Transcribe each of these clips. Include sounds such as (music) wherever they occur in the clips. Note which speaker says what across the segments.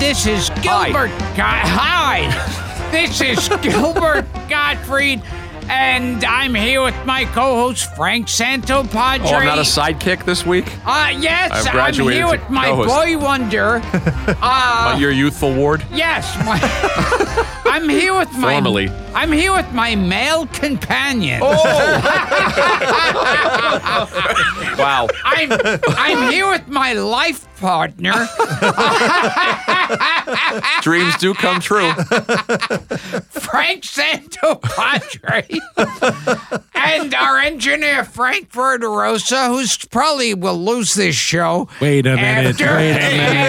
Speaker 1: This is Gilbert. Go- Hi.
Speaker 2: (laughs)
Speaker 1: This is Gilbert Gottfried, and I'm here with my co-host Frank Santopadre.
Speaker 2: Oh, I'm not a sidekick this week.
Speaker 1: uh, yes,
Speaker 2: I've
Speaker 1: I'm
Speaker 2: graduated
Speaker 1: here
Speaker 2: to
Speaker 1: with my
Speaker 2: co-host. (laughs)
Speaker 1: boy wonder. Uh,
Speaker 2: Uh, your youthful ward.
Speaker 1: Yes, my, (laughs) I'm here with my.
Speaker 2: Formally.
Speaker 1: I'm here with my male companion.
Speaker 2: Oh. Wow.
Speaker 1: (laughs) I'm I'm here with my life
Speaker 2: (laughs)
Speaker 1: partner,
Speaker 2: Dreams do come true.
Speaker 1: Frank Santopadre, and our engineer Frank Verderosa, who's probably will lose this show.
Speaker 3: Wait a minute, wait a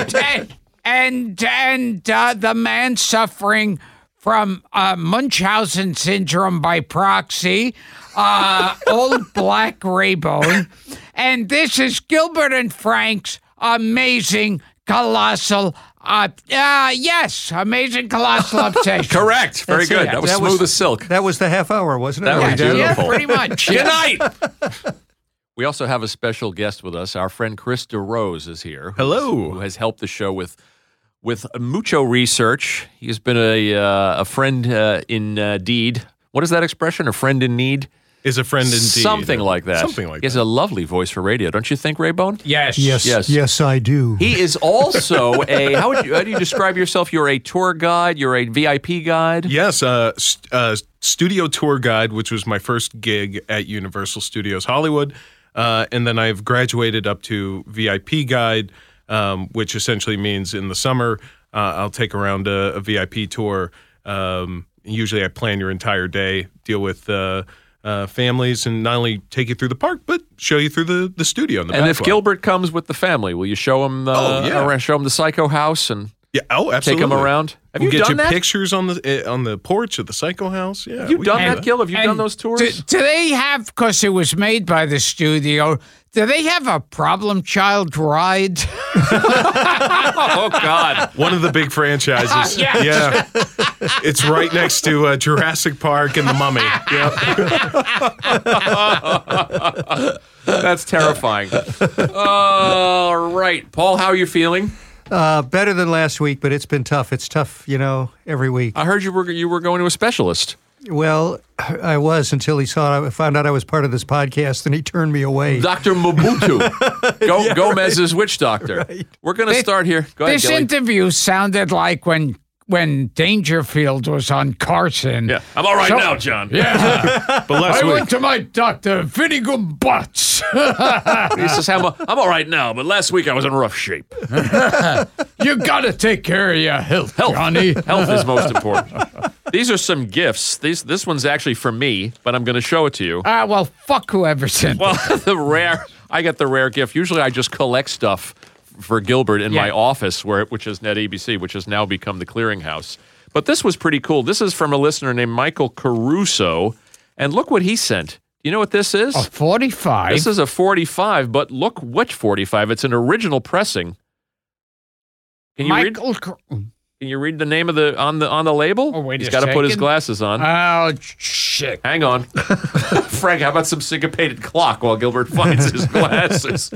Speaker 3: minute.
Speaker 1: (laughs) And and, and uh, the man suffering from uh, Munchausen syndrome by proxy, uh, (laughs) old black Raybone, and this is Gilbert and Frank's amazing colossal. Uh, uh, yes, amazing
Speaker 3: (laughs)
Speaker 1: colossal obsession.
Speaker 2: Correct. Very
Speaker 4: That's it.
Speaker 2: good. That was
Speaker 4: That was-
Speaker 2: smooth as silk.
Speaker 4: That was the half hour, wasn't it?
Speaker 2: That
Speaker 4: What
Speaker 2: was
Speaker 4: we did?
Speaker 2: beautiful.
Speaker 1: Yeah,
Speaker 2: (laughs)
Speaker 1: pretty much.
Speaker 2: Good night. we also have a special guest with us. Our friend Chris DeRose is here. who-
Speaker 5: Hello.
Speaker 2: Who has helped the show with with mucho research. He's been a uh, a friend uh, in uh, deed. What is that expression? A friend in need?
Speaker 5: Is a friend indeed.
Speaker 2: Something like that.
Speaker 5: Something like
Speaker 2: He has
Speaker 5: that.
Speaker 2: a lovely voice for radio, don't you think, Raybone?
Speaker 1: Yes.
Speaker 4: Yes,
Speaker 2: Yes.
Speaker 4: yes, I do.
Speaker 2: (laughs) He is also a how would you how do you describe yourself? You're a tour guide. You're a VIP guide.
Speaker 5: Yes, uh, st- uh, studio tour guide, which was my first gig at Universal Studios Hollywood, uh, and then I've graduated up to VIP guide, um, which essentially means in the summer uh, I'll take around a, a VIP tour. Um, usually, I plan your entire day, deal with. Uh, uh, families and not only take you through the park, but show you through the, the studio. And, the
Speaker 2: And
Speaker 5: back
Speaker 2: if
Speaker 5: lot.
Speaker 2: Gilbert comes with the family, will you show him the uh,
Speaker 5: Oh, yeah.
Speaker 2: around- show him the psycho house and
Speaker 5: yeah, oh,
Speaker 2: take
Speaker 5: absolutely.
Speaker 2: him around? Have
Speaker 5: We'll
Speaker 2: you
Speaker 5: get
Speaker 2: done
Speaker 5: your
Speaker 2: that?
Speaker 5: pictures on the eh, on the porch of the Psycho House. Yeah,
Speaker 2: Have you
Speaker 5: we
Speaker 2: done
Speaker 5: can
Speaker 2: that,
Speaker 5: do
Speaker 2: Gil? Have you done
Speaker 1: And
Speaker 2: those tours?
Speaker 1: (laughs) Do, do they have, because it was made by the studio, do they have a problem child
Speaker 2: (laughs)
Speaker 1: ride? (laughs)
Speaker 2: oh God!
Speaker 5: One of
Speaker 2: (laughs)
Speaker 5: the big franchises.
Speaker 1: Yeah.
Speaker 5: Yeah, it's right next to uh, Jurassic Park and the Mummy. Yep.
Speaker 2: That's terrifying. (laughs) All right, Paul, how are you feeling?
Speaker 4: Uh, better than last week, but it's been tough. It's tough, you know, every week.
Speaker 2: I heard you were you were going to a specialist.
Speaker 4: Well, I was until he saw found out I was part of this podcast, and he turned me away.
Speaker 2: Dr.
Speaker 5: (laughs)
Speaker 2: Mobutu. Go, Gomez's witch doctor. We're going to start here. Go ahead,
Speaker 1: this
Speaker 2: Gilly.
Speaker 1: interview sounded like when when Dangerfield was on Carson.
Speaker 2: Yeah. I'm all right
Speaker 1: So-
Speaker 2: now, John. (laughs)
Speaker 5: But last
Speaker 1: I
Speaker 5: week,
Speaker 1: went to my doctor, Finnegan Butts. (laughs)
Speaker 2: He says, I'm, I'm all right now, but last week I was in rough shape.
Speaker 1: you gotta take care of your health, Johnny.
Speaker 2: (laughs) Health is most important. These are some gifts. These, this one's actually for me, but I'm going to show it to you.
Speaker 1: Ah, well, fuck whoever sent
Speaker 2: Well, (laughs) the rare, I get the rare gift. Usually I just collect stuff for Gilbert in my
Speaker 1: Yeah.
Speaker 2: office, where which is NetABC, which has now become the clearinghouse. But this was pretty cool. This is from a listener named Michael Caruso. And look what he sent. You know what this is?
Speaker 1: a 45.
Speaker 2: This is a 45, but look which 45. It's an original pressing. Can you read?
Speaker 1: Michael. Cr-
Speaker 2: Can you read the name of the on the on the label?
Speaker 1: Oh, wait
Speaker 2: He's
Speaker 1: a
Speaker 2: gotta put his
Speaker 1: second.
Speaker 2: glasses on.
Speaker 1: Oh, shit.
Speaker 2: Hang
Speaker 4: (laughs)
Speaker 2: on, Frank. How about some syncopated clock while Gilbert finds
Speaker 4: (laughs)
Speaker 2: his glasses?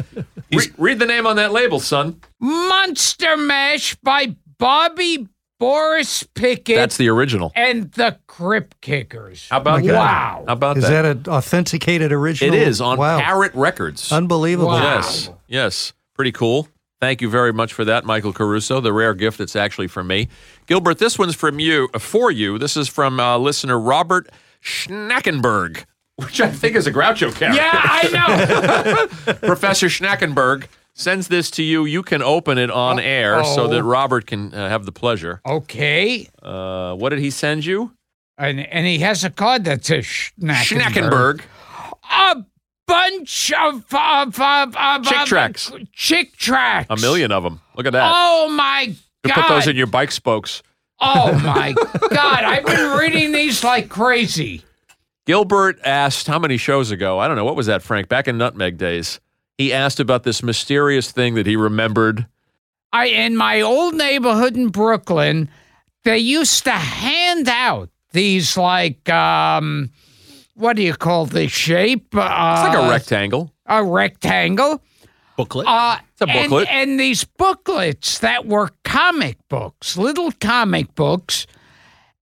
Speaker 2: Re- read the name on that label, son.
Speaker 1: Monster Mash by Bobby Boris Pickett.
Speaker 2: That's the original.
Speaker 1: and the Crypt Kickers.
Speaker 2: How about
Speaker 4: God.
Speaker 1: Wow.
Speaker 2: How about
Speaker 4: Is
Speaker 2: that?
Speaker 4: that an authenticated original?
Speaker 2: it is on
Speaker 4: wow.
Speaker 2: Parrot Records.
Speaker 4: Unbelievable.
Speaker 1: Wow.
Speaker 2: Yes. Yes. Pretty cool. Thank you very much for that, Michael Caruso. The rare gift that's actually from me, Gilbert. This one's from you uh, for you. This is from uh, listener Robert Schnackenberg, which I think is a Groucho character.
Speaker 1: Yeah, I
Speaker 2: (laughs)
Speaker 1: know.
Speaker 2: Professor Schnackenberg sends this to you. You can open it on air so
Speaker 1: oh.
Speaker 2: that Robert can uh, have the pleasure.
Speaker 1: okay.
Speaker 2: Uh, what did he send you?
Speaker 1: And and he has a card that says Schnackenberg.
Speaker 2: Schnackenberg.
Speaker 1: A bunch of, of, of, of
Speaker 2: Chick
Speaker 1: of-
Speaker 2: tracks.
Speaker 1: Chick tracks.
Speaker 2: A million of them. Look at that.
Speaker 1: Oh my
Speaker 2: you
Speaker 1: god.
Speaker 2: put those in your bike spokes.
Speaker 1: oh my (laughs) god. I've been reading these like crazy.
Speaker 2: Gilbert asked how many shows ago? I don't know. What was that, Frank? Back in Nutmeg days, he asked about this mysterious thing that he remembered.
Speaker 1: I in my old neighborhood in Brooklyn, they used to hand out these like um what do you call this shape?
Speaker 2: It's
Speaker 1: Uh,
Speaker 2: like a rectangle.
Speaker 1: a rectangle
Speaker 5: booklet.
Speaker 1: Uh,
Speaker 2: It's a booklet.
Speaker 1: And, and these booklets that were comic books, little comic books.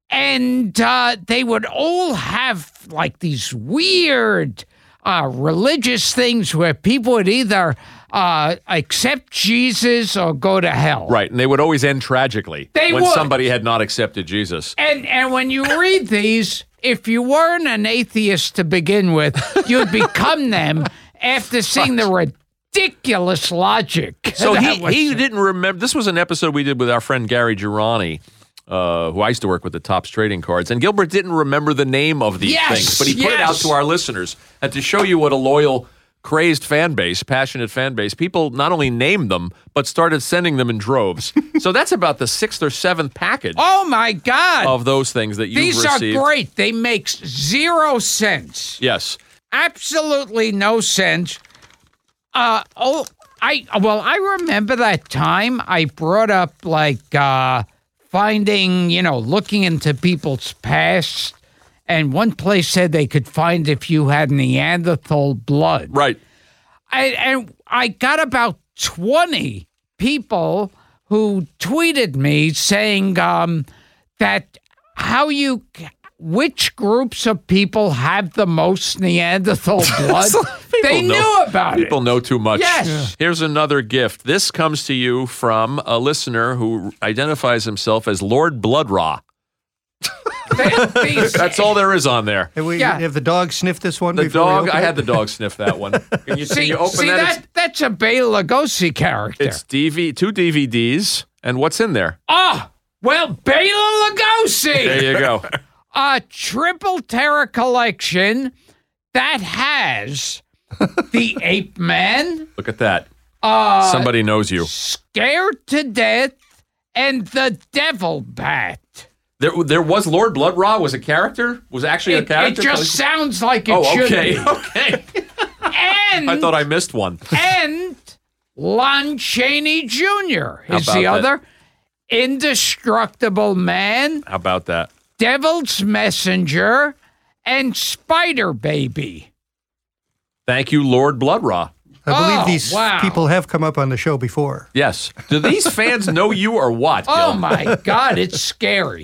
Speaker 1: And uh, they would all have like these weird uh, religious things where people would either uh, accept Jesus or go to hell.
Speaker 2: Right, and they would always end tragically
Speaker 1: They
Speaker 2: when
Speaker 1: would.
Speaker 2: somebody had not accepted Jesus.
Speaker 1: And and when you read these, if you weren't an atheist to begin with, you'd become them after seeing the ridiculous logic.
Speaker 2: So
Speaker 1: that
Speaker 2: he,
Speaker 1: was-
Speaker 2: he didn't remember. This was an episode we did with our friend Gary Girani, uh, who I used to work with at Topps Trading Cards. And Gilbert didn't remember the name of these
Speaker 1: Yes,
Speaker 2: things, but he put it out
Speaker 1: yes.
Speaker 2: to our listeners. And to show you what a loyal, crazed fan base, passionate fan base, people not only named them, but started sending them in
Speaker 1: (laughs)
Speaker 2: droves. so that's about the sixth or seventh package
Speaker 1: Oh my God.
Speaker 2: of those things that you've
Speaker 1: These
Speaker 2: received.
Speaker 1: are great. They make zero sense.
Speaker 2: Yes.
Speaker 1: Absolutely no sense. Uh oh I well, I remember that time I brought up like uh finding, you know, looking into people's past and one place said they could find if you had Neanderthal blood.
Speaker 2: Right.
Speaker 1: I, and I got about 20 people who tweeted me saying um, that how you, which groups of people have the most Neanderthal blood? they
Speaker 2: know-
Speaker 1: knew about it.
Speaker 2: People know too much.
Speaker 1: Yes. Yeah.
Speaker 2: Here's another gift. This comes to you from a listener who identifies himself as Lord Bloodraw.
Speaker 1: They-
Speaker 2: (laughs)
Speaker 1: these-
Speaker 2: That's all there is on there.
Speaker 4: Have, we,
Speaker 1: Yeah.
Speaker 4: have the dog sniffed this one?
Speaker 2: The
Speaker 4: before we
Speaker 2: dog,
Speaker 4: open
Speaker 2: I
Speaker 4: it?
Speaker 2: had the dog sniff that one. (laughs) Can you, can
Speaker 1: See,
Speaker 2: you open
Speaker 1: see
Speaker 2: that?
Speaker 1: that, that's a Bela Lugosi character.
Speaker 2: It's, it's DV, two DVDs. And what's in there?
Speaker 1: oh, well, Bela
Speaker 2: There
Speaker 1: Lugosi,
Speaker 2: you go.
Speaker 1: a triple terror collection that has the ape man.
Speaker 2: Look at that.
Speaker 1: Uh,
Speaker 2: Somebody knows you.
Speaker 1: Scared to Death and the Devil Bat.
Speaker 2: There, there was Lord Bloodraw was a character. Was actually a
Speaker 1: It, it
Speaker 2: character.
Speaker 1: just sounds like it
Speaker 2: oh,
Speaker 1: should
Speaker 2: okay, (laughs)
Speaker 1: be.
Speaker 2: okay.
Speaker 1: And,
Speaker 2: I thought I missed one.
Speaker 1: and Lon Chaney Jr. is
Speaker 2: about
Speaker 1: the
Speaker 2: that?
Speaker 1: other. Indestructible Man,
Speaker 2: How about that?
Speaker 1: Devil's Messenger, and Spider Baby.
Speaker 2: Thank you, Lord Bloodraw.
Speaker 4: I believe
Speaker 1: Oh,
Speaker 4: these
Speaker 1: wow.
Speaker 4: people have come up on the show before.
Speaker 2: Yes. Do these fans know you or what?
Speaker 1: Oh
Speaker 2: Gil?
Speaker 1: my God, it's scary.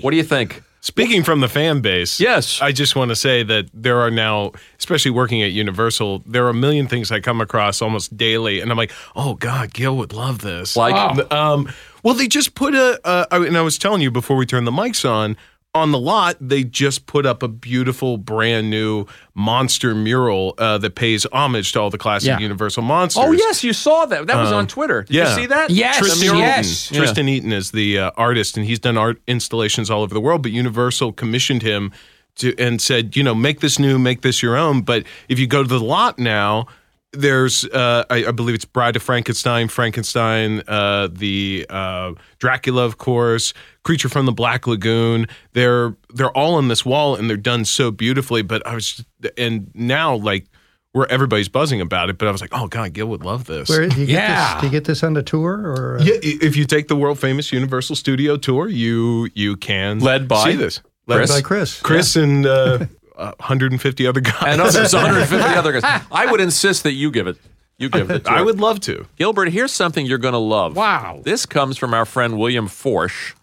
Speaker 2: (laughs) What do you think?
Speaker 5: Speaking from the fan base,
Speaker 2: Yes.
Speaker 5: I just want to say that there are now, especially working at Universal, there are a million things I come across almost daily, and I'm like, oh God, Gil would love this.
Speaker 2: Like,
Speaker 1: Oh,
Speaker 5: um, well, they just put a, uh, I- and I was telling you before we turned the mics on. On the lot, they just put up a beautiful, brand new monster mural uh, that pays homage to all the classic
Speaker 1: Yeah.
Speaker 5: Universal monsters.
Speaker 2: oh yes, you saw that. That was on Twitter. Did
Speaker 5: yeah.
Speaker 2: you see that?
Speaker 1: Yes,
Speaker 2: The
Speaker 5: Tristan
Speaker 2: mural?
Speaker 1: yes.
Speaker 5: Eaton. Tristan Eaton is the uh, artist, and he's done art installations all over the world. But Universal commissioned him to and said, you know, make this new, make this your own. But if you go to the lot now, there's, uh, I, I believe it's Bride of Frankenstein, Frankenstein, uh, the uh, Dracula, of course, Creature from the Black Lagoon. They're they're all on this wall, and they're done so beautifully. But I was, and now like. Where everybody's buzzing about it, but I was like, "Oh God, Gil would love this."
Speaker 4: Where, do, you get
Speaker 1: Yeah.
Speaker 4: this, do you get this on the tour? Or, uh,
Speaker 5: Yeah, i- if you take the world famous Universal Studio tour, you you can
Speaker 2: Led by
Speaker 5: see this led
Speaker 2: Chris.
Speaker 5: by
Speaker 4: By Chris.
Speaker 5: Chris and uh, uh, 150 other guys. (laughs)
Speaker 2: And (laughs) others, 150 other (laughs) guys. I would insist that you give it. You give it.
Speaker 5: I would love to.
Speaker 2: Gilbert, here's something you're going to love.
Speaker 1: Wow.
Speaker 2: This comes from our friend William Forsh,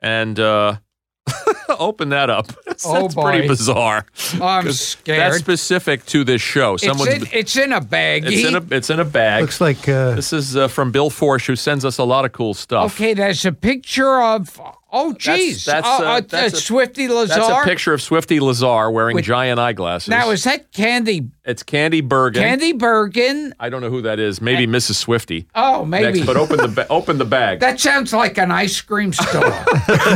Speaker 2: and uh, (laughs) open that up. (laughs) That's,
Speaker 1: Oh,
Speaker 2: that's pretty
Speaker 1: boy.
Speaker 2: bizarre.
Speaker 1: Oh, I'm
Speaker 2: That's
Speaker 1: scared.
Speaker 2: specific to this show.
Speaker 1: It's
Speaker 2: Someone's
Speaker 1: in, it's in a bag.
Speaker 2: it's in a it's in a bag.
Speaker 4: Looks like uh,
Speaker 2: this is uh, from Bill Forsh, who sends us a lot of cool stuff.
Speaker 1: Okay, there's a picture of. Oh, geez.
Speaker 2: that's,
Speaker 1: oh,
Speaker 2: uh,
Speaker 1: uh,
Speaker 2: that's a-
Speaker 1: Swifty Lazar.
Speaker 2: That's a picture of Swifty Lazar wearing
Speaker 1: With-
Speaker 2: giant eyeglasses.
Speaker 1: Now, is that Candy
Speaker 2: it's Candy Bergen.
Speaker 1: Candy Bergen?
Speaker 2: I don't know who that is. Maybe Mrs. Swifty.
Speaker 1: Oh, maybe.
Speaker 2: Next, but open the ba- open the bag.
Speaker 1: that sounds like an ice cream store.
Speaker 2: (laughs)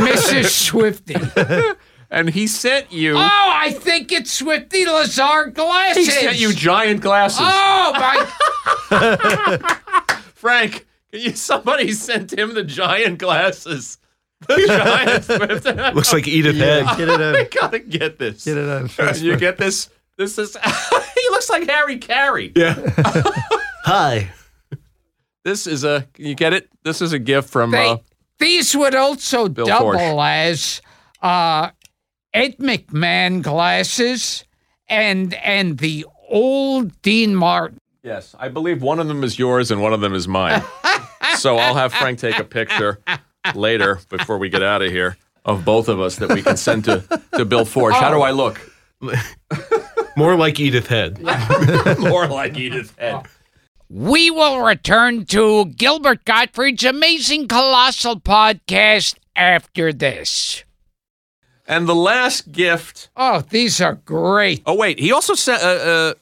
Speaker 1: Mrs. Swifty. Oh,
Speaker 2: and he sent you.
Speaker 1: I think it's Swifty Lazar
Speaker 2: he
Speaker 1: glasses.
Speaker 2: sent you giant glasses.
Speaker 1: Oh,
Speaker 2: (laughs)
Speaker 1: my.
Speaker 2: Frank, can you, somebody sent him the giant
Speaker 1: (laughs)
Speaker 2: glasses. The giant Swifty. (laughs)
Speaker 5: Looks like Edith
Speaker 4: yeah,
Speaker 5: Head.
Speaker 4: get it
Speaker 2: I (laughs)
Speaker 4: on,
Speaker 2: gotta get this. Uh,
Speaker 4: get it on.
Speaker 2: you get this? This is. (laughs) he looks like Harry Carey.
Speaker 5: Yeah,
Speaker 4: Hi.
Speaker 2: This is a. You get it? This is a gift from. uh,
Speaker 1: They, these would also
Speaker 2: Bill
Speaker 1: double
Speaker 2: Forsh.
Speaker 1: as uh, Ed McMahon glasses and and the old Dean Martin
Speaker 2: Yes, I believe one of them is yours and one of them is mine. so I'll have Frank take a picture later before we get out of here of both of us that we can send to, to Bill Forge. How do I look?
Speaker 5: More like Edith Head.
Speaker 2: More like Edith Head.
Speaker 1: We will return to Gilbert Gottfried's amazing colossal podcast after this.
Speaker 2: And the last gift.
Speaker 1: Oh, these are great.
Speaker 2: Oh wait, he also sent. Uh, uh,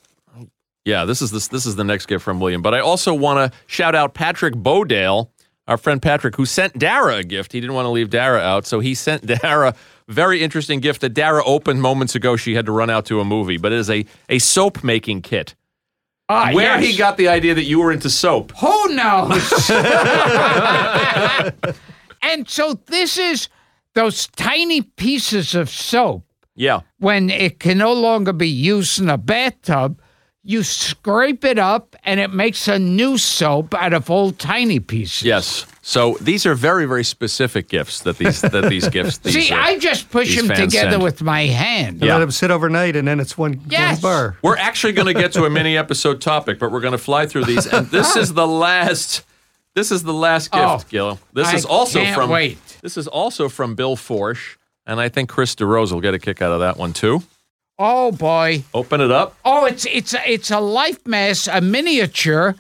Speaker 2: yeah, this is this this is the next gift from William. But I also want to shout out Patrick Bowdale, our friend Patrick, who sent Dara a gift. He didn't want to leave Dara out, so he sent (laughs) Dara very interesting gift that Dara opened moments ago. She had to run out to a movie, but it is a a soap making kit.
Speaker 1: Ah,
Speaker 2: Where
Speaker 1: yes.
Speaker 2: he got the idea that you were into soap. (laughs)
Speaker 1: Who knows? and so this is those tiny pieces of soap
Speaker 2: Yeah.
Speaker 1: when it can no longer be used in a bathtub. You scrape it up and it makes a new soap out of old tiny pieces.
Speaker 2: Yes. So these are very, very specific gifts that these that these gifts. These,
Speaker 1: (laughs) See,
Speaker 2: uh,
Speaker 1: I just push
Speaker 2: these
Speaker 1: them
Speaker 2: fans
Speaker 1: together
Speaker 2: send.
Speaker 1: with my hand.
Speaker 2: Yeah.
Speaker 4: Let them sit overnight, and then it's one,
Speaker 1: Yes.
Speaker 4: one bar.
Speaker 2: We're actually going to get to a mini episode topic, but we're going to fly through these. And this is the last. This is the last gift,
Speaker 1: Oh,
Speaker 2: Gil. This
Speaker 1: I
Speaker 2: is also
Speaker 1: can't
Speaker 2: from.
Speaker 1: wait.
Speaker 2: This is also from Bill Forsh, and I think Chris DeRose will get a kick out of that one too.
Speaker 1: Oh boy.
Speaker 2: Open it up.
Speaker 1: Oh, it's it's a, it's a life mass, a miniature,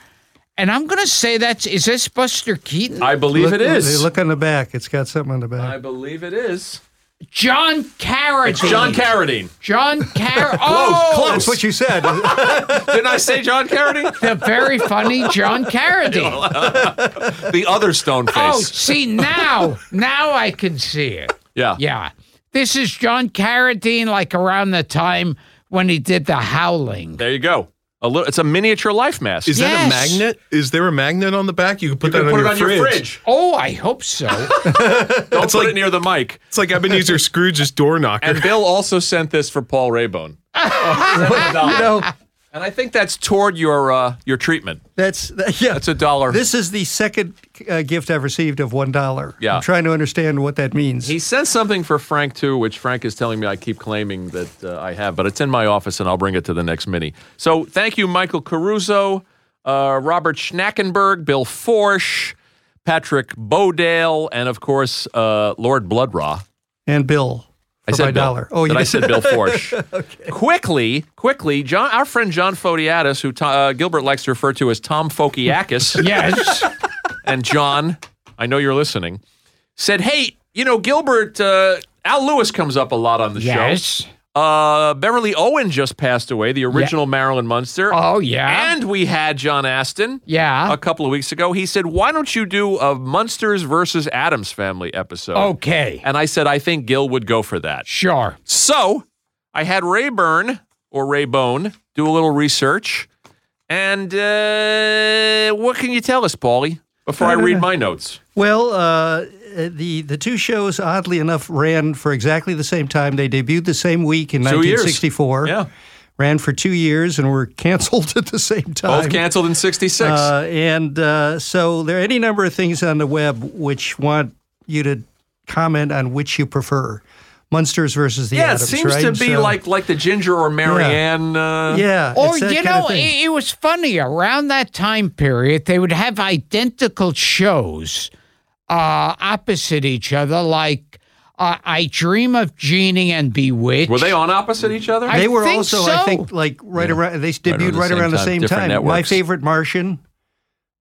Speaker 1: and I'm gonna say that's is this Buster Keaton?
Speaker 2: I believe it is.
Speaker 4: Look on the back. It's got something on the
Speaker 2: I
Speaker 4: back.
Speaker 2: believe it is.
Speaker 1: John Carradine.
Speaker 2: It's John Carradine.
Speaker 1: John
Speaker 2: (laughs)
Speaker 1: Car. oh,
Speaker 4: That's what you said. (laughs)
Speaker 2: Didn't I say John
Speaker 1: (laughs)
Speaker 2: Carradine?
Speaker 1: the very funny
Speaker 2: (laughs)
Speaker 1: John Carradine.
Speaker 2: the other stone
Speaker 1: Oh,
Speaker 2: face.
Speaker 1: see now, now I can see it.
Speaker 2: yeah.
Speaker 1: Yeah, this is John Carradine, like around the time when he did The Howling.
Speaker 2: There you go. A little. It's a miniature life mask.
Speaker 5: Is that
Speaker 1: Yes.
Speaker 5: a magnet? Is there a magnet on the back? You can put
Speaker 2: You
Speaker 5: that
Speaker 2: can
Speaker 5: on,
Speaker 2: put
Speaker 5: your,
Speaker 2: it on
Speaker 5: fridge.
Speaker 2: your fridge.
Speaker 1: Oh, I
Speaker 2: (laughs)
Speaker 1: hope so.
Speaker 2: Don't put it near the mic.
Speaker 5: It's like Ebenezer Scrooge's door knocker.
Speaker 2: And Bill also sent this for Paul (laughs) Raybone.
Speaker 4: you know,
Speaker 2: And I think that's toward your uh, your treatment.
Speaker 4: that's that- yeah.
Speaker 2: That's a dollar.
Speaker 4: This is the second uh, gift I've received of one dollar.
Speaker 2: Yeah.
Speaker 4: I'm trying to understand what that means.
Speaker 2: he sent something for Frank too, which Frank is telling me I keep claiming that uh, I have, but it's in my office and I'll bring it to the next mini. So thank you, Michael Caruso, uh, Robert Schnackenberg, Bill Forsh, Patrick Bowdale, and of course uh, Lord Bloodraw.
Speaker 4: and Bill.
Speaker 2: I
Speaker 4: for
Speaker 2: said
Speaker 4: my
Speaker 2: Bill.
Speaker 4: dollar. Oh, you
Speaker 2: But I
Speaker 4: did.
Speaker 2: said Bill Forsh. Quickly, quickly, John, our friend John Fotiadis, who to, uh, Gilbert likes to refer to as Tom
Speaker 1: (laughs)
Speaker 2: Fokiakis,
Speaker 1: yes.
Speaker 2: and John, I know you're listening, said, "Hey, you know Gilbert, uh, Al Lewis comes up a lot on the
Speaker 1: Yes.
Speaker 2: show. Uh, Beverly Owen just passed away, the original Marilyn Munster.
Speaker 1: Oh yeah.
Speaker 2: And we had John Aston
Speaker 1: yeah.
Speaker 2: a couple of weeks ago. He said, "Why don't you do a Munsters versus Adams family episode?"
Speaker 1: Okay.
Speaker 2: And I said, "I think Gil would go for that."
Speaker 1: Sure.
Speaker 2: So I had Rayburn or Raybone do a little research. And uh, what can you tell us, Paulie, before I read my notes?
Speaker 4: Well, uh, the the two shows, oddly enough, ran for exactly the same time. They debuted the same week in
Speaker 2: Two years.
Speaker 4: 1964.
Speaker 2: Yeah.
Speaker 4: Ran for two years and were canceled (laughs) at the same time.
Speaker 2: Both canceled in 66.
Speaker 4: Uh, and uh, so there are any number of things on the web which want you to comment on which you prefer. Munsters versus the
Speaker 2: yeah, it
Speaker 4: Adams,
Speaker 2: seems
Speaker 4: right?
Speaker 2: to be
Speaker 4: So-
Speaker 2: like like the Ginger or Marianne. Uh,
Speaker 4: yeah,
Speaker 1: Or
Speaker 4: it's that
Speaker 1: you
Speaker 4: kind of
Speaker 1: know,
Speaker 4: thing.
Speaker 1: it, it was funny around that time period. They would have identical shows uh, opposite each other, like uh, "I Dream of Jeannie" and "Bewitched."
Speaker 2: Were they on opposite each other?
Speaker 1: I
Speaker 4: they were
Speaker 1: think
Speaker 4: also, I
Speaker 1: so.
Speaker 4: think, like right around. They
Speaker 2: around
Speaker 4: debuted
Speaker 2: the
Speaker 4: right
Speaker 2: same
Speaker 4: around the
Speaker 2: time,
Speaker 4: same
Speaker 2: different
Speaker 4: time. My
Speaker 2: networks.
Speaker 4: favorite Martian,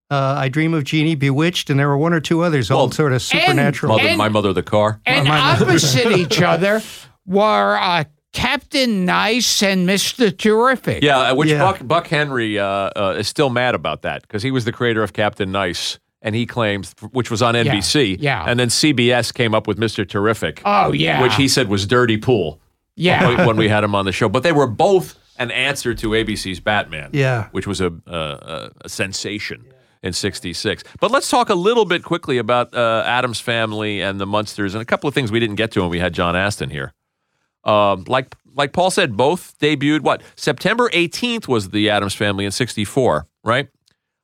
Speaker 4: uh, I Dream of Jeannie, Bewitched, and there were one or two others, all sort of supernatural.
Speaker 2: mother,
Speaker 1: and-
Speaker 2: my mother, the car.
Speaker 1: and (laughs) opposite each other were uh, Captain Nice and Mister Terrific.
Speaker 2: Yeah, uh, which
Speaker 4: Yeah.
Speaker 2: Buck, Buck Henry uh, uh, is still mad about that because he was the creator of Captain Nice, and he claims, which was on NBC,
Speaker 1: yeah.
Speaker 2: and then CBS came up with Mr. Terrific,
Speaker 1: Oh yeah.
Speaker 2: which he said was Dirty Pool
Speaker 1: yeah.
Speaker 2: when we had him on the show. But they were both an answer to ABC's Batman,
Speaker 4: Yeah.
Speaker 2: which was a, a, a sensation in '66. But let's talk a little bit quickly about uh, Adam's family and the Munsters, and a couple of things we didn't get to when we had John Aston here. Um, like like Paul said, both debuted what September 18th was the Adams Family in '64, right?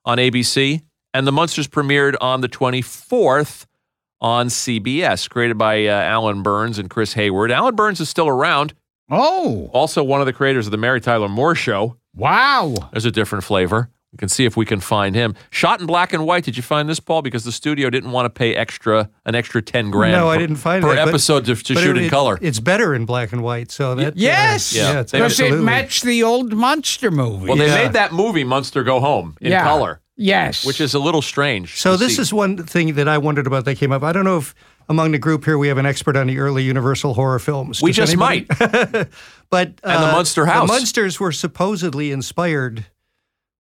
Speaker 2: On ABC, and the Munsters premiered on the 24th on CBS, created by uh, Alan Burns and Chris Hayward. Alan Burns is still around,
Speaker 1: oh
Speaker 2: also one of the creators of the Mary Tyler Moore Show.
Speaker 1: wow.
Speaker 2: There's a different flavor. We can see if we can find him. Shot in black and white. Did you find this, Paul? Because the studio didn't want to pay extra an extra ten grand.
Speaker 4: no, I
Speaker 2: for-
Speaker 4: didn't find
Speaker 2: for
Speaker 4: that, but-
Speaker 2: episode to, to
Speaker 4: but
Speaker 2: shoot
Speaker 4: it-
Speaker 2: in
Speaker 4: it-
Speaker 2: color.
Speaker 4: It's better in black and white. So that uh,
Speaker 1: Yes.
Speaker 4: yeah, it's
Speaker 1: Does it
Speaker 4: absolutely.
Speaker 1: match the old monster movie?
Speaker 2: well, they
Speaker 4: yeah.
Speaker 2: made that movie Munster Go Home in
Speaker 1: Yeah.
Speaker 2: color,
Speaker 1: yes.
Speaker 2: which is a little strange.
Speaker 4: So
Speaker 2: to
Speaker 4: this
Speaker 2: see.
Speaker 4: is one thing that I wondered about that came up. I don't know if among the group here we have an expert on the early Universal horror films.
Speaker 2: we
Speaker 4: Does
Speaker 2: just
Speaker 4: anybody-
Speaker 2: might.
Speaker 4: But uh,
Speaker 2: And the Munster House.
Speaker 4: The Munsters were supposedly inspired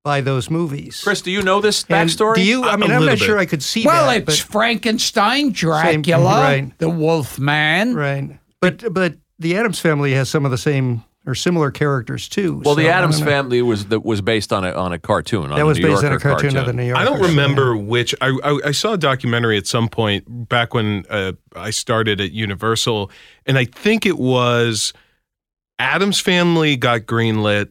Speaker 4: by those movies.
Speaker 2: Chris, do you know this
Speaker 4: (laughs) And
Speaker 2: backstory?
Speaker 4: Do you? I mean,
Speaker 5: A
Speaker 4: I'm
Speaker 5: little
Speaker 4: not
Speaker 5: bit.
Speaker 4: sure I could see
Speaker 1: well,
Speaker 4: that.
Speaker 1: it's Frankenstein, Dracula,
Speaker 4: right.
Speaker 1: the Wolfman.
Speaker 4: but, right. But but the Adams family has some of the same or similar characters too.
Speaker 2: Well,
Speaker 4: so
Speaker 2: the
Speaker 4: I
Speaker 2: Adams
Speaker 4: don't know.
Speaker 2: family was that was based on a on a cartoon. on
Speaker 4: That
Speaker 2: a
Speaker 4: was
Speaker 2: New
Speaker 4: based on a
Speaker 2: Yorker
Speaker 4: cartoon, of the New York.
Speaker 5: I don't remember which. I, I I saw a documentary at some point back when uh, I started at Universal, and I think it was Adam's Family got greenlit,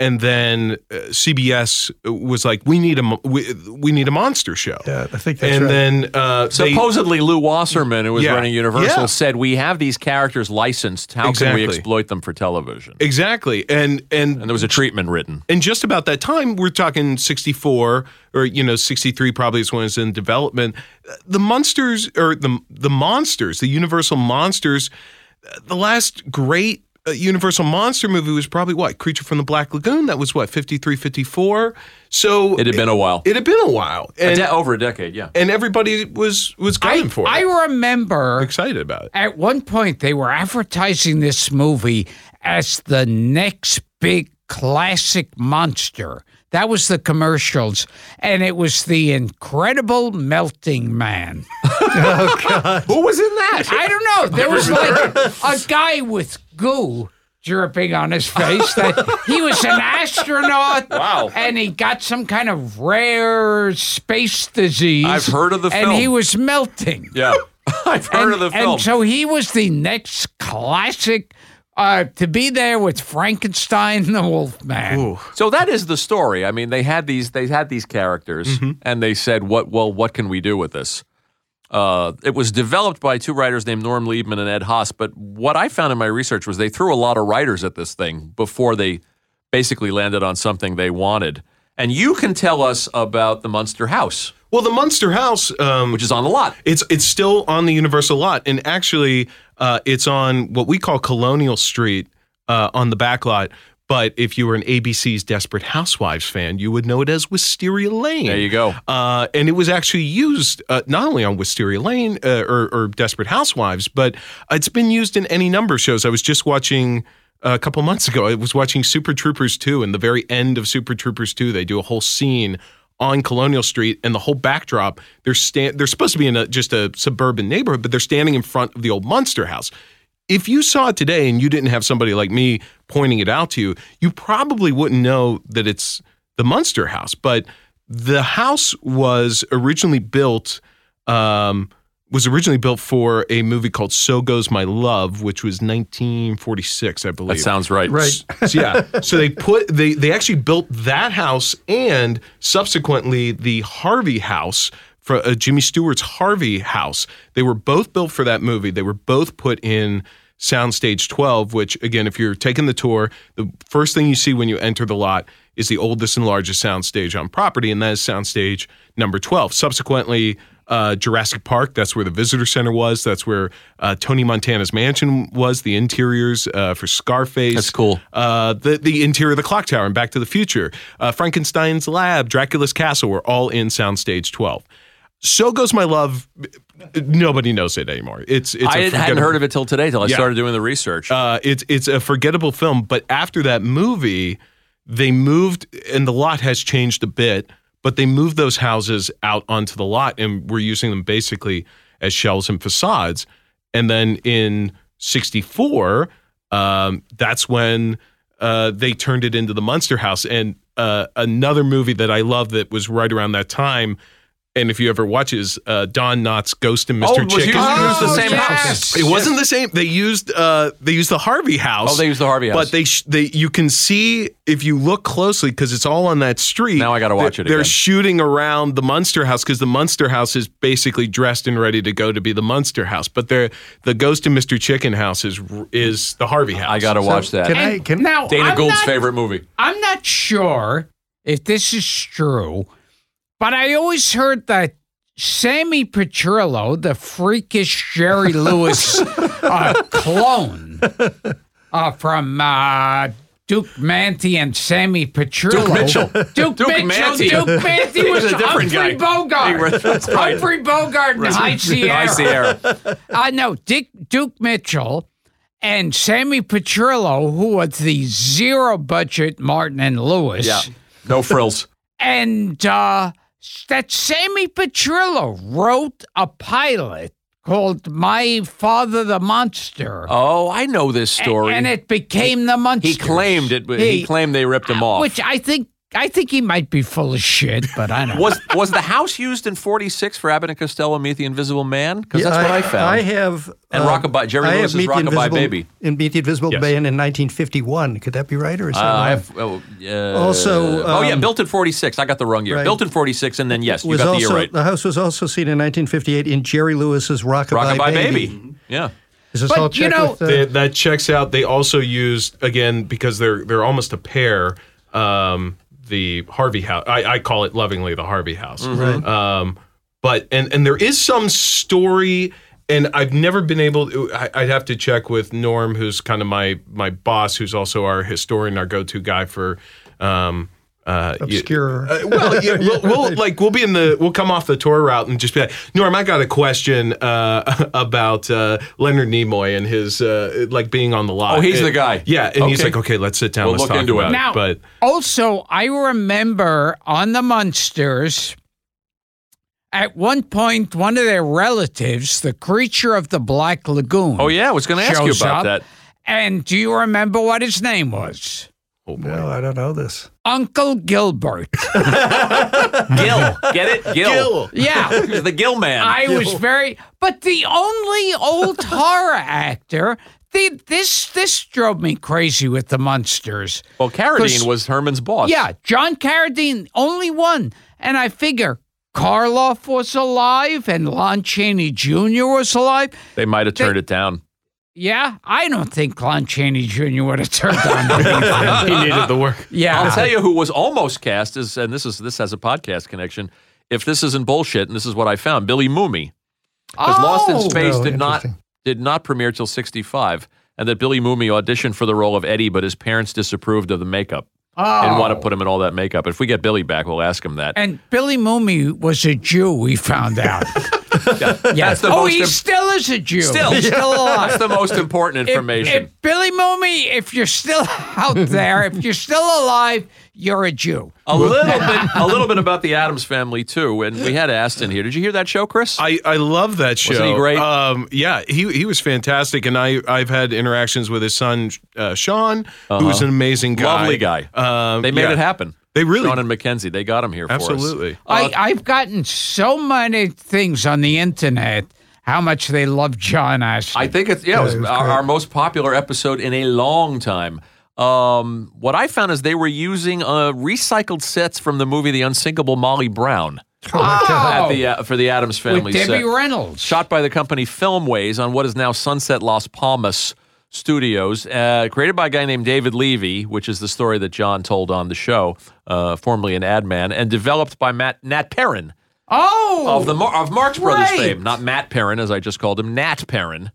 Speaker 5: and then uh, CBS was like, "We need a mo- we, we need a monster show,"
Speaker 4: Yeah, I think that's
Speaker 5: and
Speaker 4: right.
Speaker 5: then uh, they-
Speaker 2: Supposedly, Lou Wasserman, who was
Speaker 5: Yeah.
Speaker 2: running Universal,
Speaker 5: Yeah.
Speaker 2: said, "We have these characters licensed. How
Speaker 5: Exactly.
Speaker 2: can we exploit them for television?"
Speaker 5: exactly, and and
Speaker 2: And there was a treatment written.
Speaker 5: and just about that time we're talking 64 or you know 63 probably is when it's in development the monsters or the the monsters the universal monsters the last great uh, universal monster movie was probably what creature from the black lagoon that was what 53 54 so
Speaker 2: It had been a while,
Speaker 5: it had been a while
Speaker 2: A
Speaker 5: and
Speaker 2: de- over a decade. Yeah,
Speaker 5: and everybody was was going for it
Speaker 1: I remember
Speaker 5: excited about it
Speaker 1: at one point they were advertising this movie as the next big classic monster. That was the commercials, and it was the Incredible Melting Man.
Speaker 2: (laughs) Oh, who was in that?
Speaker 1: I don't know. There was like a guy with goo dripping on his face that he was an astronaut.
Speaker 2: Wow.
Speaker 1: And he got some kind of rare space disease.
Speaker 2: I've heard of the
Speaker 1: and
Speaker 2: film.
Speaker 1: he was melting.
Speaker 2: yeah, (laughs) I've heard
Speaker 1: and,
Speaker 2: of the
Speaker 1: and
Speaker 2: film.
Speaker 1: so he was the next classic uh, to be there with Frankenstein and the Wolfman.
Speaker 2: So that is the story. I mean, they had these they had these characters,
Speaker 5: Mm-hmm.
Speaker 2: and they said, "What? Well, what can we do with this?" Uh, it was developed by two writers named Norm Liebman and Ed Haas. But what I found in my research was they threw a lot of writers at this thing before they basically landed on something they wanted. And you can tell us about the Munster House,
Speaker 5: well the monster house um
Speaker 2: which is on the lot.
Speaker 5: It's it's still on the Universal lot, and actually, uh, it's on what we call Colonial Street uh, on the back lot. But if you were an ABC's Desperate Housewives fan, you would know it as Wisteria Lane.
Speaker 2: There you go.
Speaker 5: Uh, and it was actually used uh, not only on Wisteria Lane uh, or, or Desperate Housewives, but it's been used in any number of shows. I was just watching uh, a couple months ago. I was watching Super Troopers 2, and the very end of Super Troopers 2, they do a whole scene on Colonial Street, and the whole backdrop. They're stand. They're supposed to be in a, just a suburban neighborhood, but they're standing in front of the old Munster House. If you saw it today and you didn't have somebody like me pointing it out to you, you probably wouldn't know that it's the Munster House. But the house was originally built um, was originally built for a movie called So Goes My Love, which was 1946, I
Speaker 2: That
Speaker 5: believe.
Speaker 2: sounds right.
Speaker 4: Right.
Speaker 5: So, yeah. So they put they they actually built that house and subsequently the Harvey house for uh, Jimmy Stewart's Harvey house. They were both built for that movie. They were both put in Soundstage 12, which again, if you're taking the tour, the first thing you see when you enter the lot is the oldest and largest soundstage on property, and that is soundstage number 12. Subsequently, uh, Jurassic Park. That's where the visitor center was. That's where uh, Tony Montana's mansion was. The interiors uh, for Scarface.
Speaker 2: That's cool.
Speaker 5: Uh, the the interior of the clock tower and Back to the Future, uh, Frankenstein's Lab, Dracula's Castle were all in Soundstage 12. So goes my love. Nobody knows it anymore. It's it's
Speaker 2: I hadn't- hadn't heard of it till today, till I
Speaker 5: Yeah.
Speaker 2: started doing the research.
Speaker 5: uh, it's it's a forgettable film, but after that movie, they moved, and the lot has changed a bit. But they moved those houses out onto the lot, and we're using them basically as shells and facades. And then in '64, um, that's when uh, they turned it into the Munster House. And uh, another movie that I love that was right around that time, and if you ever watch, it, is uh, Don Knott's Ghost and Mr.
Speaker 2: it was
Speaker 5: Chicken.
Speaker 2: used- it was the
Speaker 1: Oh,
Speaker 2: same
Speaker 1: yes.
Speaker 2: house.
Speaker 5: It wasn't the same. They used uh, they used the Harvey House.
Speaker 2: Oh, they used the Harvey House.
Speaker 5: but they sh- they you can see if you look closely because it's all on that street.
Speaker 2: Now I gotta watch
Speaker 5: that
Speaker 2: it
Speaker 5: They're
Speaker 2: again.
Speaker 5: shooting around the Munster House because the Munster House is basically dressed and ready to go to be the Munster House. But they're the Ghost and Mr. Chicken House is is the Harvey House.
Speaker 2: I got to watch that.
Speaker 4: Can
Speaker 1: And
Speaker 4: I? Can
Speaker 1: now,
Speaker 2: Dana
Speaker 1: I'm
Speaker 2: Gould's
Speaker 1: not-
Speaker 2: favorite movie.
Speaker 1: I'm not sure if this is true, but I always heard that Sammy Petrillo, the freakish
Speaker 2: (laughs)
Speaker 1: Jerry Lewis uh, clone uh, from uh, Duke Manty and Sammy Petrillo.
Speaker 2: Duke Mitchell.
Speaker 1: Duke,
Speaker 2: Duke
Speaker 1: Mitchell.
Speaker 2: Manti.
Speaker 1: Duke
Speaker 2: (laughs)
Speaker 1: Manty
Speaker 2: He
Speaker 1: was
Speaker 2: was a different
Speaker 1: Humphrey
Speaker 2: guy. He was-
Speaker 1: Bogart.
Speaker 2: that's right.
Speaker 1: Humphrey Bogart and High
Speaker 2: (laughs)
Speaker 1: Sierra.
Speaker 2: High (laughs) Sierra.
Speaker 1: Uh, no, Dick, Duke Mitchell and Sammy Petrillo, who was the zero budget Martin and Lewis.
Speaker 2: Yeah. No frills.
Speaker 1: And uh, that Sammy Petrillo wrote a pilot called My Father the Monster.
Speaker 2: Oh, I know this
Speaker 1: a-
Speaker 2: story.
Speaker 1: And it became the monster.
Speaker 2: he claimed it. He,
Speaker 1: He-
Speaker 2: claimed they ripped him off.
Speaker 1: Which I think I think he might be full of shit, but I
Speaker 2: (laughs)
Speaker 1: don't know.
Speaker 2: was was the house used in '46 for Abbott and Costello meet the Invisible Man? Because that's
Speaker 4: Yeah,
Speaker 2: what I found.
Speaker 4: I have um,
Speaker 2: And Rockabye- Jerry
Speaker 4: I have
Speaker 2: Lewis's
Speaker 4: Meet the
Speaker 2: Rockabye
Speaker 4: Invisible-
Speaker 2: Baby.
Speaker 4: in Meet the Invisible
Speaker 5: Yes.
Speaker 4: Man in 1951. Could that be right or is
Speaker 2: Uh,
Speaker 4: that
Speaker 2: I
Speaker 4: wrong?
Speaker 2: have, oh, uh,
Speaker 4: Also,
Speaker 2: oh yeah,
Speaker 4: um,
Speaker 2: built in '46. I got the wrong year.
Speaker 4: Right.
Speaker 2: Built in '46, and then yes, you
Speaker 4: was
Speaker 2: got the
Speaker 4: also
Speaker 2: year right.
Speaker 4: the house was also seen in 1958 in Jerry Lewis's Rockabye,
Speaker 2: Rockabye baby. yeah.
Speaker 4: Is this
Speaker 1: But,
Speaker 4: all
Speaker 1: you
Speaker 4: checked
Speaker 1: know-
Speaker 4: with, uh,
Speaker 5: They- that checks out. They also used again because they're they're almost a pair. Um, the Harvey House. I, I call it lovingly the Harvey House. Um, but and and there is some story, and I've never been able. To, I, I'd have to check with Norm, who's kind of my my boss, who's also our historian, our go to guy for. Um, uh, you-
Speaker 4: obscure?
Speaker 5: uh, well, (laughs) yeah, we'll, we'll like we'll be in the we'll come off the tour route and just be like, Norm, I got a question uh, (laughs) about uh, Leonard Nimoy and his uh, like being on the lot.
Speaker 2: Oh, he's
Speaker 5: And-
Speaker 2: the guy.
Speaker 5: Yeah, and he's
Speaker 2: Okay.
Speaker 5: like, okay, let's sit down.
Speaker 2: We'll
Speaker 5: let's
Speaker 2: look
Speaker 5: talk
Speaker 2: into it.
Speaker 5: about
Speaker 1: Now,
Speaker 5: But
Speaker 1: also, I remember on the Munsters, at one point, one of their relatives, the creature of the Black Lagoon.
Speaker 2: Oh yeah, I was going to ask you
Speaker 1: shows
Speaker 2: about
Speaker 1: up.
Speaker 2: that.
Speaker 1: And do you remember what his name was?
Speaker 5: Oh,
Speaker 4: no, oh, I don't know this.
Speaker 1: Uncle Gilbert.
Speaker 2: (laughs) Gil, get
Speaker 4: (laughs)
Speaker 2: it? Gil.
Speaker 1: Yeah.
Speaker 2: He's the Gill man.
Speaker 1: I was very, but the only old horror actor. The, this this drove me crazy with the monsters.
Speaker 2: well,
Speaker 1: Cause-
Speaker 2: Carradine was Herman's boss.
Speaker 1: Yeah, John Carradine, only one. And I figure Karloff was alive and Lon Chaney Jr. was alive.
Speaker 2: They might have turned it down.
Speaker 1: Yeah, I don't think Lon Chaney Jr. would have turned on
Speaker 2: (laughs)
Speaker 1: me.
Speaker 5: (laughs) he needed the work.
Speaker 1: Yeah,
Speaker 2: I'll tell you who was almost cast is, and this is this has a podcast connection. If this isn't bullshit, and this is what I found, Billy Mooney, because Lost in
Speaker 1: Oh.
Speaker 2: Space
Speaker 4: Oh,
Speaker 2: did not
Speaker 4: interesting.
Speaker 2: did not premiere till '65, and that Billy Mooney auditioned for the role of Eddie, but his parents disapproved of the makeup and want to put him in all that makeup. If we get Billy back, we'll ask him that.
Speaker 1: And Billy Mooney was a Jew. We
Speaker 2: (laughs)
Speaker 1: found out. yeah.
Speaker 2: That's the
Speaker 1: oh,
Speaker 2: most
Speaker 1: he
Speaker 2: im-
Speaker 1: still is a Jew.
Speaker 2: Still.
Speaker 1: He's still
Speaker 2: (laughs)
Speaker 1: alive.
Speaker 2: That's the most important
Speaker 1: If-
Speaker 2: information.
Speaker 1: If, Billy Mooney, if you're still (laughs) out there, if you're still alive, you're a Jew.
Speaker 2: a little bit, a little bit about the Adams family too. And we had Aston here. Did you hear that show, Chris?
Speaker 5: I, I love that show.
Speaker 2: Wasn't he great?
Speaker 5: Um, yeah, he he was fantastic, and I I've had interactions with his son uh, Sean, who's an amazing guy,
Speaker 2: Uh-huh. Lovely guy. Uh,
Speaker 5: Um,
Speaker 2: they made
Speaker 5: yeah.
Speaker 2: it happen.
Speaker 5: They really-
Speaker 2: Sean and Mackenzie, they got him here for us.
Speaker 5: Absolutely.
Speaker 2: Uh,
Speaker 1: I, I've gotten so many things on the internet how much they love John Ashton.
Speaker 2: I think it's yeah, it was our, our most popular episode in a long time. Um, what I found is they were using uh, recycled sets from the movie The Unsinkable Molly Brown
Speaker 1: Ah!
Speaker 4: Oh, my God. (clears throat)
Speaker 2: at the uh, for the Adams Family
Speaker 1: Oh, with Debbie
Speaker 2: set,
Speaker 1: Reynolds.
Speaker 2: shot by the company Filmways on what is now Sunset Las Palmas Studios, uh, created by a guy named David Levy, which is the story that John told on the show, uh, formerly an ad man, and developed by Matt Nat Perrin
Speaker 1: oh,
Speaker 2: of the Mar- of Marx Brothers
Speaker 1: right.
Speaker 2: fame, not Matt Perrin as I just called him, Nat Perrin.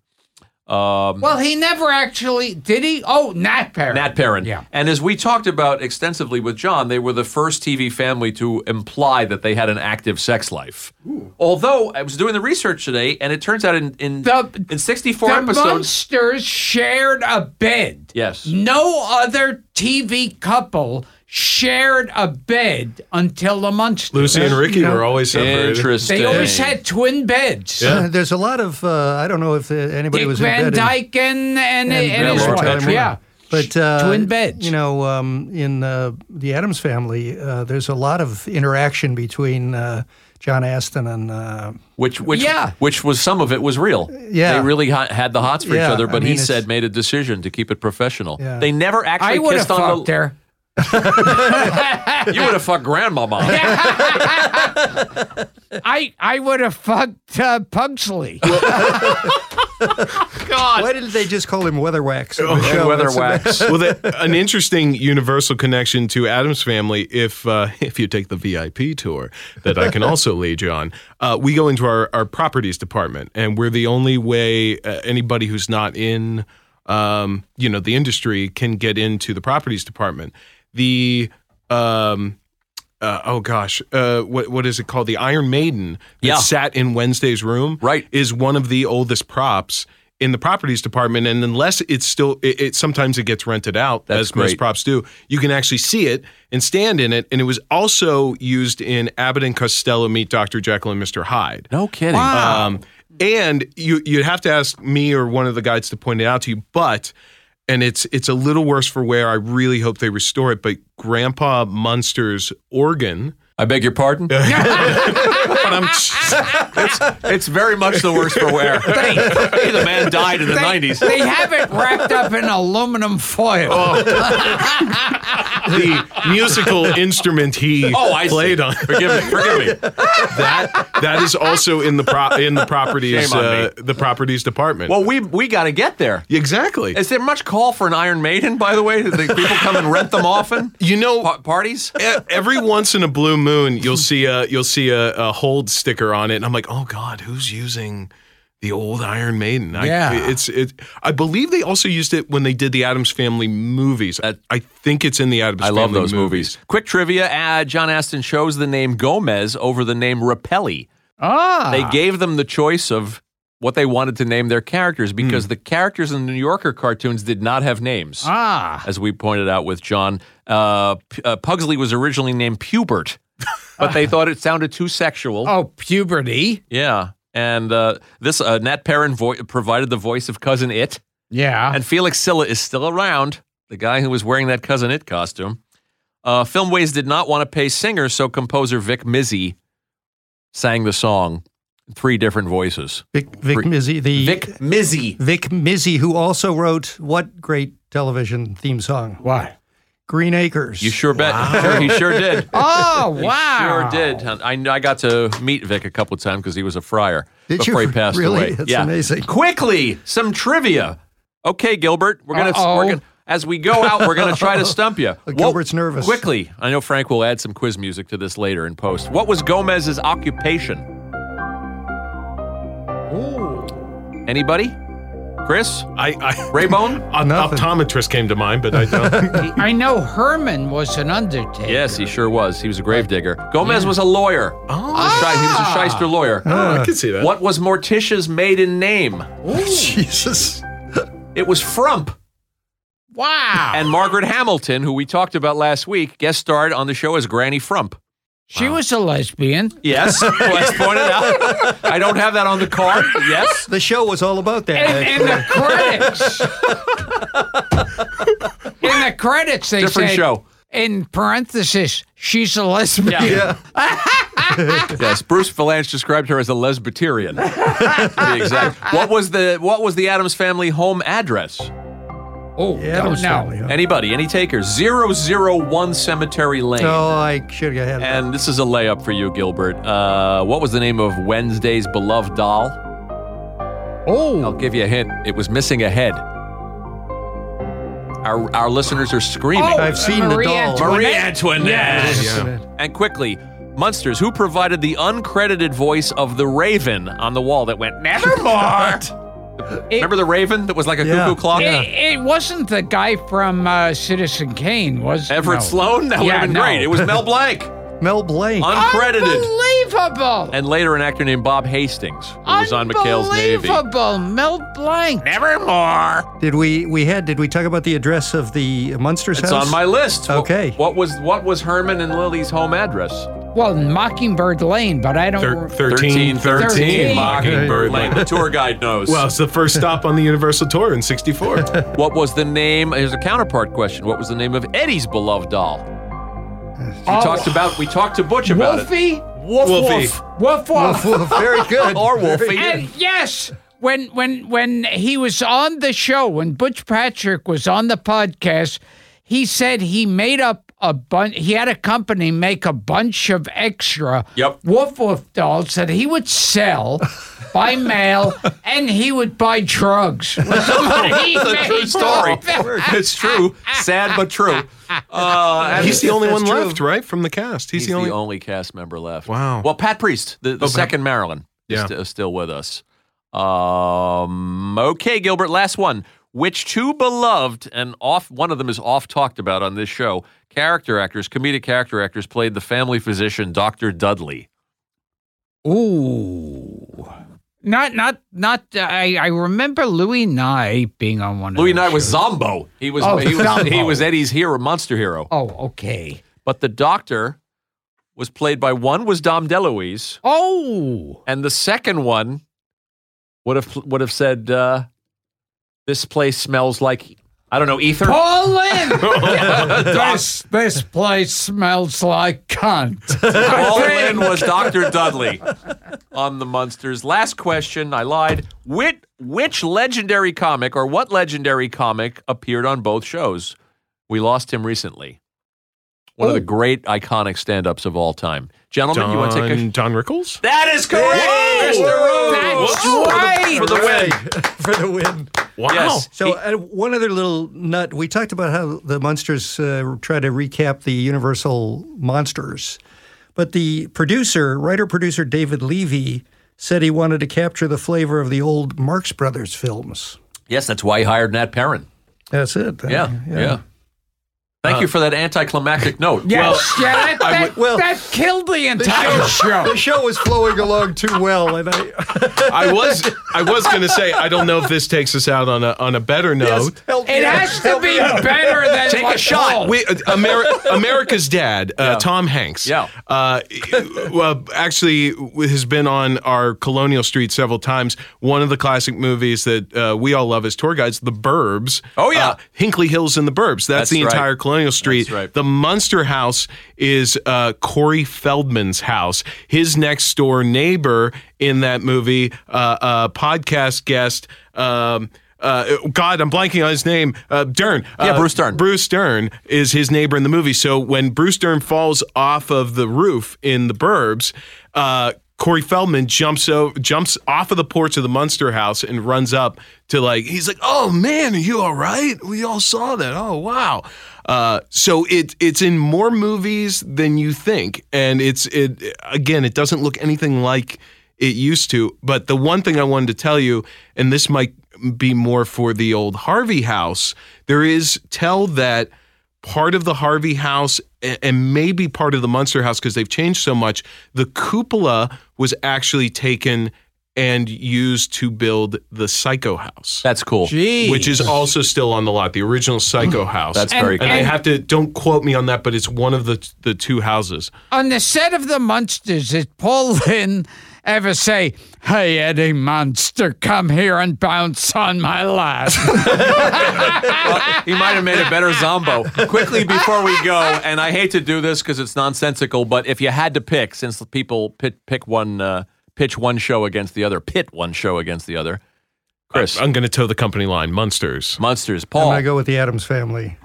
Speaker 1: well, he never actually did he? Oh, Nat Perrin.
Speaker 2: Nat Perrin.
Speaker 1: Yeah.
Speaker 2: And as we talked about extensively with John, they were the first TV family to imply that they had an active sex life. Although I was doing the research today, and it turns out in in,
Speaker 1: The-
Speaker 2: in 64
Speaker 1: The
Speaker 2: episodes,
Speaker 1: monsters shared a bed.
Speaker 2: Yes.
Speaker 1: No other TV couple shared a bed until the monsters.
Speaker 5: Lucy and Ricky were always separated.
Speaker 2: interesting.
Speaker 1: They always had twin beds.
Speaker 5: Yeah.
Speaker 4: There's a lot of uh, I don't know if uh, anybody
Speaker 1: Dick
Speaker 4: was in
Speaker 1: Van
Speaker 4: bed in-
Speaker 1: Dyke and and, and,
Speaker 4: Yeah,
Speaker 1: his
Speaker 4: Laura
Speaker 1: wife.
Speaker 4: Tyler
Speaker 1: Yeah.
Speaker 4: Moore. But uh,
Speaker 1: twin beds.
Speaker 4: You know, um, in uh, the Adams family, uh, there's a lot of interaction between uh, John Aston and uh,
Speaker 2: which which
Speaker 1: Yeah.
Speaker 2: which was some of it was real.
Speaker 4: Yeah.
Speaker 2: they really ha- had the hots for each
Speaker 4: Yeah,
Speaker 2: other,
Speaker 4: I
Speaker 2: but
Speaker 4: mean,
Speaker 2: he
Speaker 4: it's-
Speaker 2: said made a decision to keep it professional.
Speaker 4: Yeah.
Speaker 2: They never
Speaker 1: I
Speaker 2: actually
Speaker 1: would have
Speaker 2: kissed on
Speaker 1: fucked
Speaker 2: the.
Speaker 1: her.
Speaker 2: You would have fucked grandmama.
Speaker 1: (laughs) I I would have fucked uh, Pugsley.
Speaker 2: (laughs) God.
Speaker 4: Why didn't they just call him Weatherwax? on the show?
Speaker 2: Weather
Speaker 4: That's the best.
Speaker 2: wax.
Speaker 5: (laughs) well, the, an interesting universal connection to Adam's family. If uh, (laughs) if you take the VIP tour, that I can also lead you on. Uh, we go into our our properties department, and we're the only way uh, anybody who's not in um, you know the industry can get into the properties department. The um, uh, oh gosh, uh, what what is it called? The Iron Maiden that
Speaker 2: Yeah.
Speaker 5: sat in Wednesday's room,
Speaker 2: Right.
Speaker 5: is one of the oldest props in the properties department. And unless it's still, it, it sometimes it gets rented out,
Speaker 2: That's
Speaker 5: as
Speaker 2: great.
Speaker 5: most props do. You can actually see it and stand in it. And it was also used in Abbott and Costello Meet Dr. Jekyll and Mr. Hyde.
Speaker 2: No kidding.
Speaker 5: Um, and you you'd have to ask me or one of the guides to point it out to you, but and it's it's a little worse for wear. I really hope they restore it, but Grandpa Munster's organ.
Speaker 2: I beg your pardon.
Speaker 5: But I'm, (laughs)
Speaker 2: It's very much the worse for wear. hey, the man died in the
Speaker 1: They,
Speaker 2: nineties.
Speaker 1: they have it wrapped up in aluminum foil.
Speaker 2: Oh.
Speaker 5: the musical instrument he
Speaker 2: Oh, I see.
Speaker 5: played on
Speaker 2: Forgive me. Forgive me.
Speaker 5: that that is also in the pro, in the properties
Speaker 2: Shame on
Speaker 5: uh, the properties department.
Speaker 2: (laughs) Well, we we got to get there.
Speaker 5: exactly.
Speaker 2: Is there much call for an Iron Maiden? By the way, do the people come and rent them often?
Speaker 5: you know,
Speaker 2: Pa- parties?
Speaker 5: E- every once in a blue moon you'll see a you'll see a, a hold sticker on it and i'm like oh god who's using the old iron maiden I,
Speaker 2: Yeah.
Speaker 5: it's it i believe they also used it when they did the adams family movies i, I think it's in the adams
Speaker 2: I
Speaker 5: family
Speaker 2: love those movies. Quick trivia: uh, John Aston chose the name Gomez over the name Rapelli.
Speaker 3: Ah.
Speaker 2: They gave them the choice of what they wanted to name their characters because the characters in the New Yorker cartoons did not have names.
Speaker 3: ah.
Speaker 2: as we pointed out with John. Uh, P- uh, Pugsley was originally named Pubert, but they thought it sounded too sexual.
Speaker 3: Oh, puberty.
Speaker 2: Yeah. And uh, this uh, Nat Perrin vo- provided the voice of Cousin It,
Speaker 3: Yeah.
Speaker 2: and Felix Silla is still around, the guy who was wearing that Cousin It costume. Uh, Filmways did not want to pay singers, so composer Vic Mizzy sang the song in three different voices.
Speaker 4: Vic, Vic Mizzy, the
Speaker 2: Vic Mizzy.
Speaker 4: Vic Mizzy, who also wrote what great television theme song?
Speaker 2: (laughs)
Speaker 3: Why?
Speaker 4: Green Acres.
Speaker 2: You sure bet. Sure, he sure did.
Speaker 3: Oh,
Speaker 2: Sure
Speaker 3: wow.
Speaker 2: did. I, I got to meet Vic a couple of times because he was a friar
Speaker 4: Did
Speaker 2: before
Speaker 4: you
Speaker 2: he passed
Speaker 4: really?
Speaker 2: away.
Speaker 4: That's amazing.
Speaker 2: Quickly, some trivia. Okay, Gilbert, we're gonna,
Speaker 3: Uh-oh.
Speaker 2: we're gonna as we go out, we're gonna
Speaker 4: (laughs)
Speaker 2: try to stump you. What-
Speaker 4: Gilbert's nervous.
Speaker 2: Quickly, I know Frank will add some quiz music to this later in post. What was Gomez's occupation? Anybody? Chris?
Speaker 5: i i (laughs)
Speaker 2: Raybone?
Speaker 5: an
Speaker 4: Nothing.
Speaker 5: optometrist came to mind but i don't (laughs)
Speaker 1: I know Herman was an undertaker.
Speaker 2: Yes, he sure was. He was a gravedigger. Gomez was a lawyer. Oh, he was
Speaker 4: Ah.
Speaker 2: a shyster lawyer.
Speaker 5: i can see that
Speaker 2: What was Morticia's maiden (laughs) name?
Speaker 4: Jesus.
Speaker 2: It was Frump.
Speaker 1: Wow.
Speaker 2: And Margaret Hamilton, who we talked about last week, guest starred on the show as Granny Frump.
Speaker 1: she was a lesbian.
Speaker 2: Yes, Wes pointed out. I don't have that on the card. Yes.
Speaker 4: The show was all about that.
Speaker 1: In, in
Speaker 2: (laughs)
Speaker 1: the credits. in the credits, they
Speaker 2: Different
Speaker 1: said,
Speaker 2: show.
Speaker 1: in parenthesis, she's a lesbian.
Speaker 2: Yeah. yes. Bruce Valanche described her as a lesbiterian. to be exact. What was the What was the Adams family home address?
Speaker 1: Oh,
Speaker 4: Yeah,
Speaker 1: don't know.
Speaker 4: certainly, huh?
Speaker 2: Anybody? Any takers? 001 Cemetery Lane.
Speaker 4: Oh, I should have had that.
Speaker 2: And this is a layup for you, Gilbert. Uh, what was the name of Wednesday's beloved doll? I'll
Speaker 1: Oh,
Speaker 2: give you a hint. It was missing a head. Our, our listeners are screaming.
Speaker 1: Oh,
Speaker 4: I've seen the
Speaker 1: Marie
Speaker 4: doll.
Speaker 1: Antoinette.
Speaker 2: Marie Antoinette.
Speaker 5: Yeah.
Speaker 2: And quickly, Munsters, who provided the uncredited voice of the Raven on the wall that went
Speaker 1: (laughs)
Speaker 2: Nevermore. Remember the Raven that was like a
Speaker 4: Yeah.
Speaker 2: cuckoo clock?
Speaker 1: it, it wasn't the guy from uh, Citizen Kane, was it?
Speaker 2: Everett
Speaker 1: No.
Speaker 2: Sloan? That would
Speaker 1: Yeah,
Speaker 2: have been
Speaker 1: no.
Speaker 2: great. It was Mel
Speaker 1: (laughs)
Speaker 2: Blanc,
Speaker 4: Mel Blanc.
Speaker 2: uncredited.
Speaker 1: Unbelievable.
Speaker 2: And later, an actor named Bob Hastings, who was on McHale's Navy.
Speaker 1: Unbelievable. Mel Blanc.
Speaker 2: Nevermore.
Speaker 4: Did we we had did we talk about the address of the Munsters
Speaker 2: It's
Speaker 4: house?
Speaker 2: on
Speaker 4: (laughs)
Speaker 2: my list. What-
Speaker 4: Okay.
Speaker 2: What, was what was Herman and Lily's home address?
Speaker 1: Well, Mockingbird Lane, but I don't.
Speaker 5: Thir-
Speaker 1: re-
Speaker 5: 13
Speaker 1: 13.
Speaker 5: mockingbird
Speaker 2: Lane. The tour guide knows.
Speaker 5: well it's the first stop on the universal tour in 64
Speaker 2: what was the name? Here's a counterpart question. What was the name of Eddie's beloved doll? We
Speaker 1: Oh.
Speaker 2: talked about. We talked to Butch about it.
Speaker 1: Wolfie.
Speaker 2: Wolf,
Speaker 5: Wolfie.
Speaker 1: Woof woof.
Speaker 4: Oh,
Speaker 2: (laughs)
Speaker 4: Very good.
Speaker 2: or Wolfie.
Speaker 1: And yes, when when when he was on the show, when Butch Patrick was on the podcast, he said he made up a bunch. He had a company make a bunch of extra
Speaker 2: Yep.
Speaker 1: Woof Woof dolls that he would sell
Speaker 2: (laughs)
Speaker 1: by mail, and he would
Speaker 2: (laughs)
Speaker 1: buy drugs.
Speaker 2: It's a true story. it's true. Sad but true. Uh,
Speaker 5: He's the only
Speaker 4: That's
Speaker 5: one
Speaker 4: true.
Speaker 5: left, right, from the cast. He's,
Speaker 2: He's
Speaker 5: the only.
Speaker 2: cast member left.
Speaker 5: Wow.
Speaker 2: Well, Pat Priest, the, the
Speaker 5: Oh, Pat-
Speaker 2: second Marilyn, is
Speaker 5: Yeah.
Speaker 2: st- is still with us. Um, okay, Gilbert, last one. Which two beloved and off one of them is off talked about on this show? Character actors, comedic character actors, played the family physician Doctor Dudley.
Speaker 1: (laughs) Ooh. Not, not, not. uh, I, I remember Louis Nye being on one.
Speaker 2: Louis
Speaker 1: of those
Speaker 2: Knight was
Speaker 1: shows.
Speaker 2: Zombo. He was
Speaker 1: Oh,
Speaker 2: he was he
Speaker 1: Zombo.
Speaker 2: was Eddie's hero, monster hero.
Speaker 1: Oh, okay.
Speaker 2: But the doctor was played by one was Dom DeLuise,
Speaker 1: Oh,
Speaker 2: and the second one would have would have said, uh, "This place smells like I don't know ether."
Speaker 1: (laughs) Paul Lynn. this, this place smells like cunt.
Speaker 2: All in was Dr. Dudley on the Munsters. Last question, I lied. Which, which legendary comic or what legendary comic appeared on both shows? We lost him recently. One of the great iconic stand ups of all time. Gentlemen, you want to take a.
Speaker 5: Don, Don Rickles?
Speaker 2: that is correct! Mr. Rhodes!
Speaker 1: That's right.
Speaker 2: (laughs) For the win.
Speaker 4: (laughs) for the win.
Speaker 5: Wow.
Speaker 2: Yes.
Speaker 4: So uh, one other little nut. We talked about how the monsters uh, try to recap the Universal monsters, but the producer, writer producer David Levy, said he wanted to capture the flavor of the old Marx Brothers films.
Speaker 2: Yes, that's why he hired Nat Perrin.
Speaker 4: That's it.
Speaker 2: Yeah, yeah. Thank you for that anticlimactic note.
Speaker 1: Yes, yeah, that, that,
Speaker 4: well-
Speaker 1: that killed the entire show.
Speaker 4: The show was flowing along too well, and I
Speaker 5: I was I was gonna say I don't know if this takes us out on a on a better note.
Speaker 4: (laughs) help
Speaker 1: It
Speaker 4: me out.
Speaker 1: has to be better than
Speaker 2: Take a
Speaker 1: what
Speaker 2: shot.
Speaker 1: Paul-
Speaker 5: We, uh, Ameri- (laughs) America's dad, uh, Tom Hanks.
Speaker 2: Yeah.
Speaker 5: Uh, (laughs) well, actually, w- has been on our Colonial Street several times. One of the classic movies that uh, we all love as tour guides, The Burbs.
Speaker 2: Oh, yeah.
Speaker 5: Uh, Hinkley Hills and The Burbs. That's,
Speaker 2: That's
Speaker 5: the
Speaker 2: right.
Speaker 5: entire Colonial Street.
Speaker 2: That's right.
Speaker 5: The Munster House is uh, Corey Feldman's house. His next door neighbor in that movie, uh, uh, podcast guest. Um, uh, God, I'm blanking on his name. Uh, Dern.
Speaker 2: Yeah,
Speaker 5: Uh,
Speaker 2: Bruce Dern.
Speaker 5: Bruce Dern is his neighbor in the movie. So when Bruce Dern falls off of the roof in The Burbs, uh, Corey Feldman jumps o- jumps off of the porch of the Munster house and runs up to like he's like, "Oh man, are you all right? We all saw that. Oh wow." Uh, so it it's in more movies than you think, and it's it again. It doesn't look anything like it used to. But the one thing I wanted to tell you, and this might be more for the old Harvey house, there is tell that part of the Harvey house a- and maybe part of the Munster house, because they've changed so much, the cupola was actually taken and used to build the Psycho house.
Speaker 2: That's cool.
Speaker 5: Which is also still on the lot, the original Psycho House.
Speaker 2: Mm. That's
Speaker 5: and,
Speaker 2: very cool.
Speaker 5: And I have to don't quote me on that, but it's one of the the two houses.
Speaker 1: on the set of the Munsters, did Paul Lynn ever say, "Hey Eddie Monster, come here and bounce on my lap"?
Speaker 2: Well, he might have made a better Zombo. Quickly before we go, and I hate to do this because it's nonsensical, but if you had to pick, since the people pit, pick one, uh, pitch one show against the other, pit one show against the other, Chris,
Speaker 5: I'm going to toe the company line, Munsters.
Speaker 2: Monsters,
Speaker 4: I'm
Speaker 2: Paul,
Speaker 4: gonna go with the Adams Family.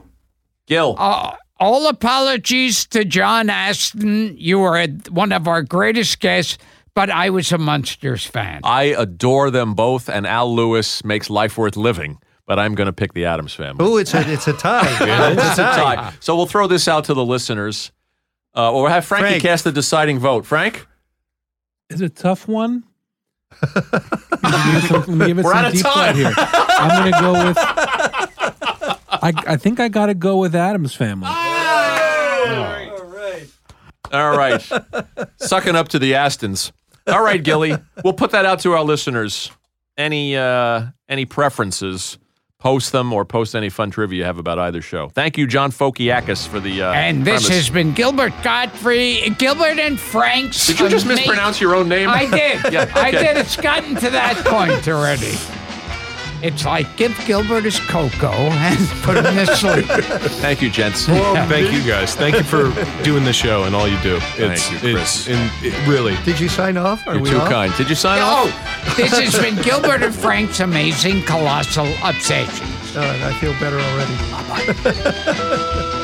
Speaker 2: Gil,
Speaker 1: Uh, all apologies to John Aston. You were a- one of our greatest guests, but I was a Munsters fan.
Speaker 2: I adore them both, and Al Lewis makes life worth living. But I'm going to pick the Adams family.
Speaker 4: Oh, it's a it's
Speaker 2: (laughs)
Speaker 4: a tie.
Speaker 2: It's a tie. So we'll throw this out to the listeners. Uh, or we'll have Frankie
Speaker 4: Frank.
Speaker 2: cast the deciding vote. Frank,
Speaker 6: Is it a tough one? give it some, give it
Speaker 2: We're
Speaker 6: some
Speaker 2: out of
Speaker 6: deep thought
Speaker 2: time.
Speaker 6: here. I'm gonna go with. I, I think I gotta go with Adam's family.
Speaker 2: All right. Sucking up to the Astons. All right, Gilly. We'll put that out to our listeners. Any uh any preferences, post them or post any fun trivia you have about either show. Thank you, John Fokiakis, for the uh
Speaker 1: and this
Speaker 2: premise.
Speaker 1: has been Gilbert Godfrey, Gilbert and Frank's.
Speaker 2: Did you just
Speaker 1: ama-
Speaker 2: mispronounce your own name?
Speaker 1: I
Speaker 2: (laughs)
Speaker 1: did.
Speaker 2: Yeah,
Speaker 1: I
Speaker 2: okay.
Speaker 1: did. It's gotten to that point already. It's like give Gilbert his cocoa and (laughs) put him
Speaker 2: (laughs)
Speaker 1: to sleep.
Speaker 2: Thank you, gents.
Speaker 1: Oh,
Speaker 5: Thank you guys. Thank you for doing the show and all you do. It's,
Speaker 2: you, Chris.
Speaker 5: It's, and it- really,
Speaker 4: Did you sign off? Are
Speaker 2: You're
Speaker 4: we
Speaker 2: too
Speaker 4: off?
Speaker 2: kind. Did you sign off?
Speaker 1: Oh, this has been Gilbert and Frank's amazing colossal obsession.
Speaker 4: All right, I feel better already.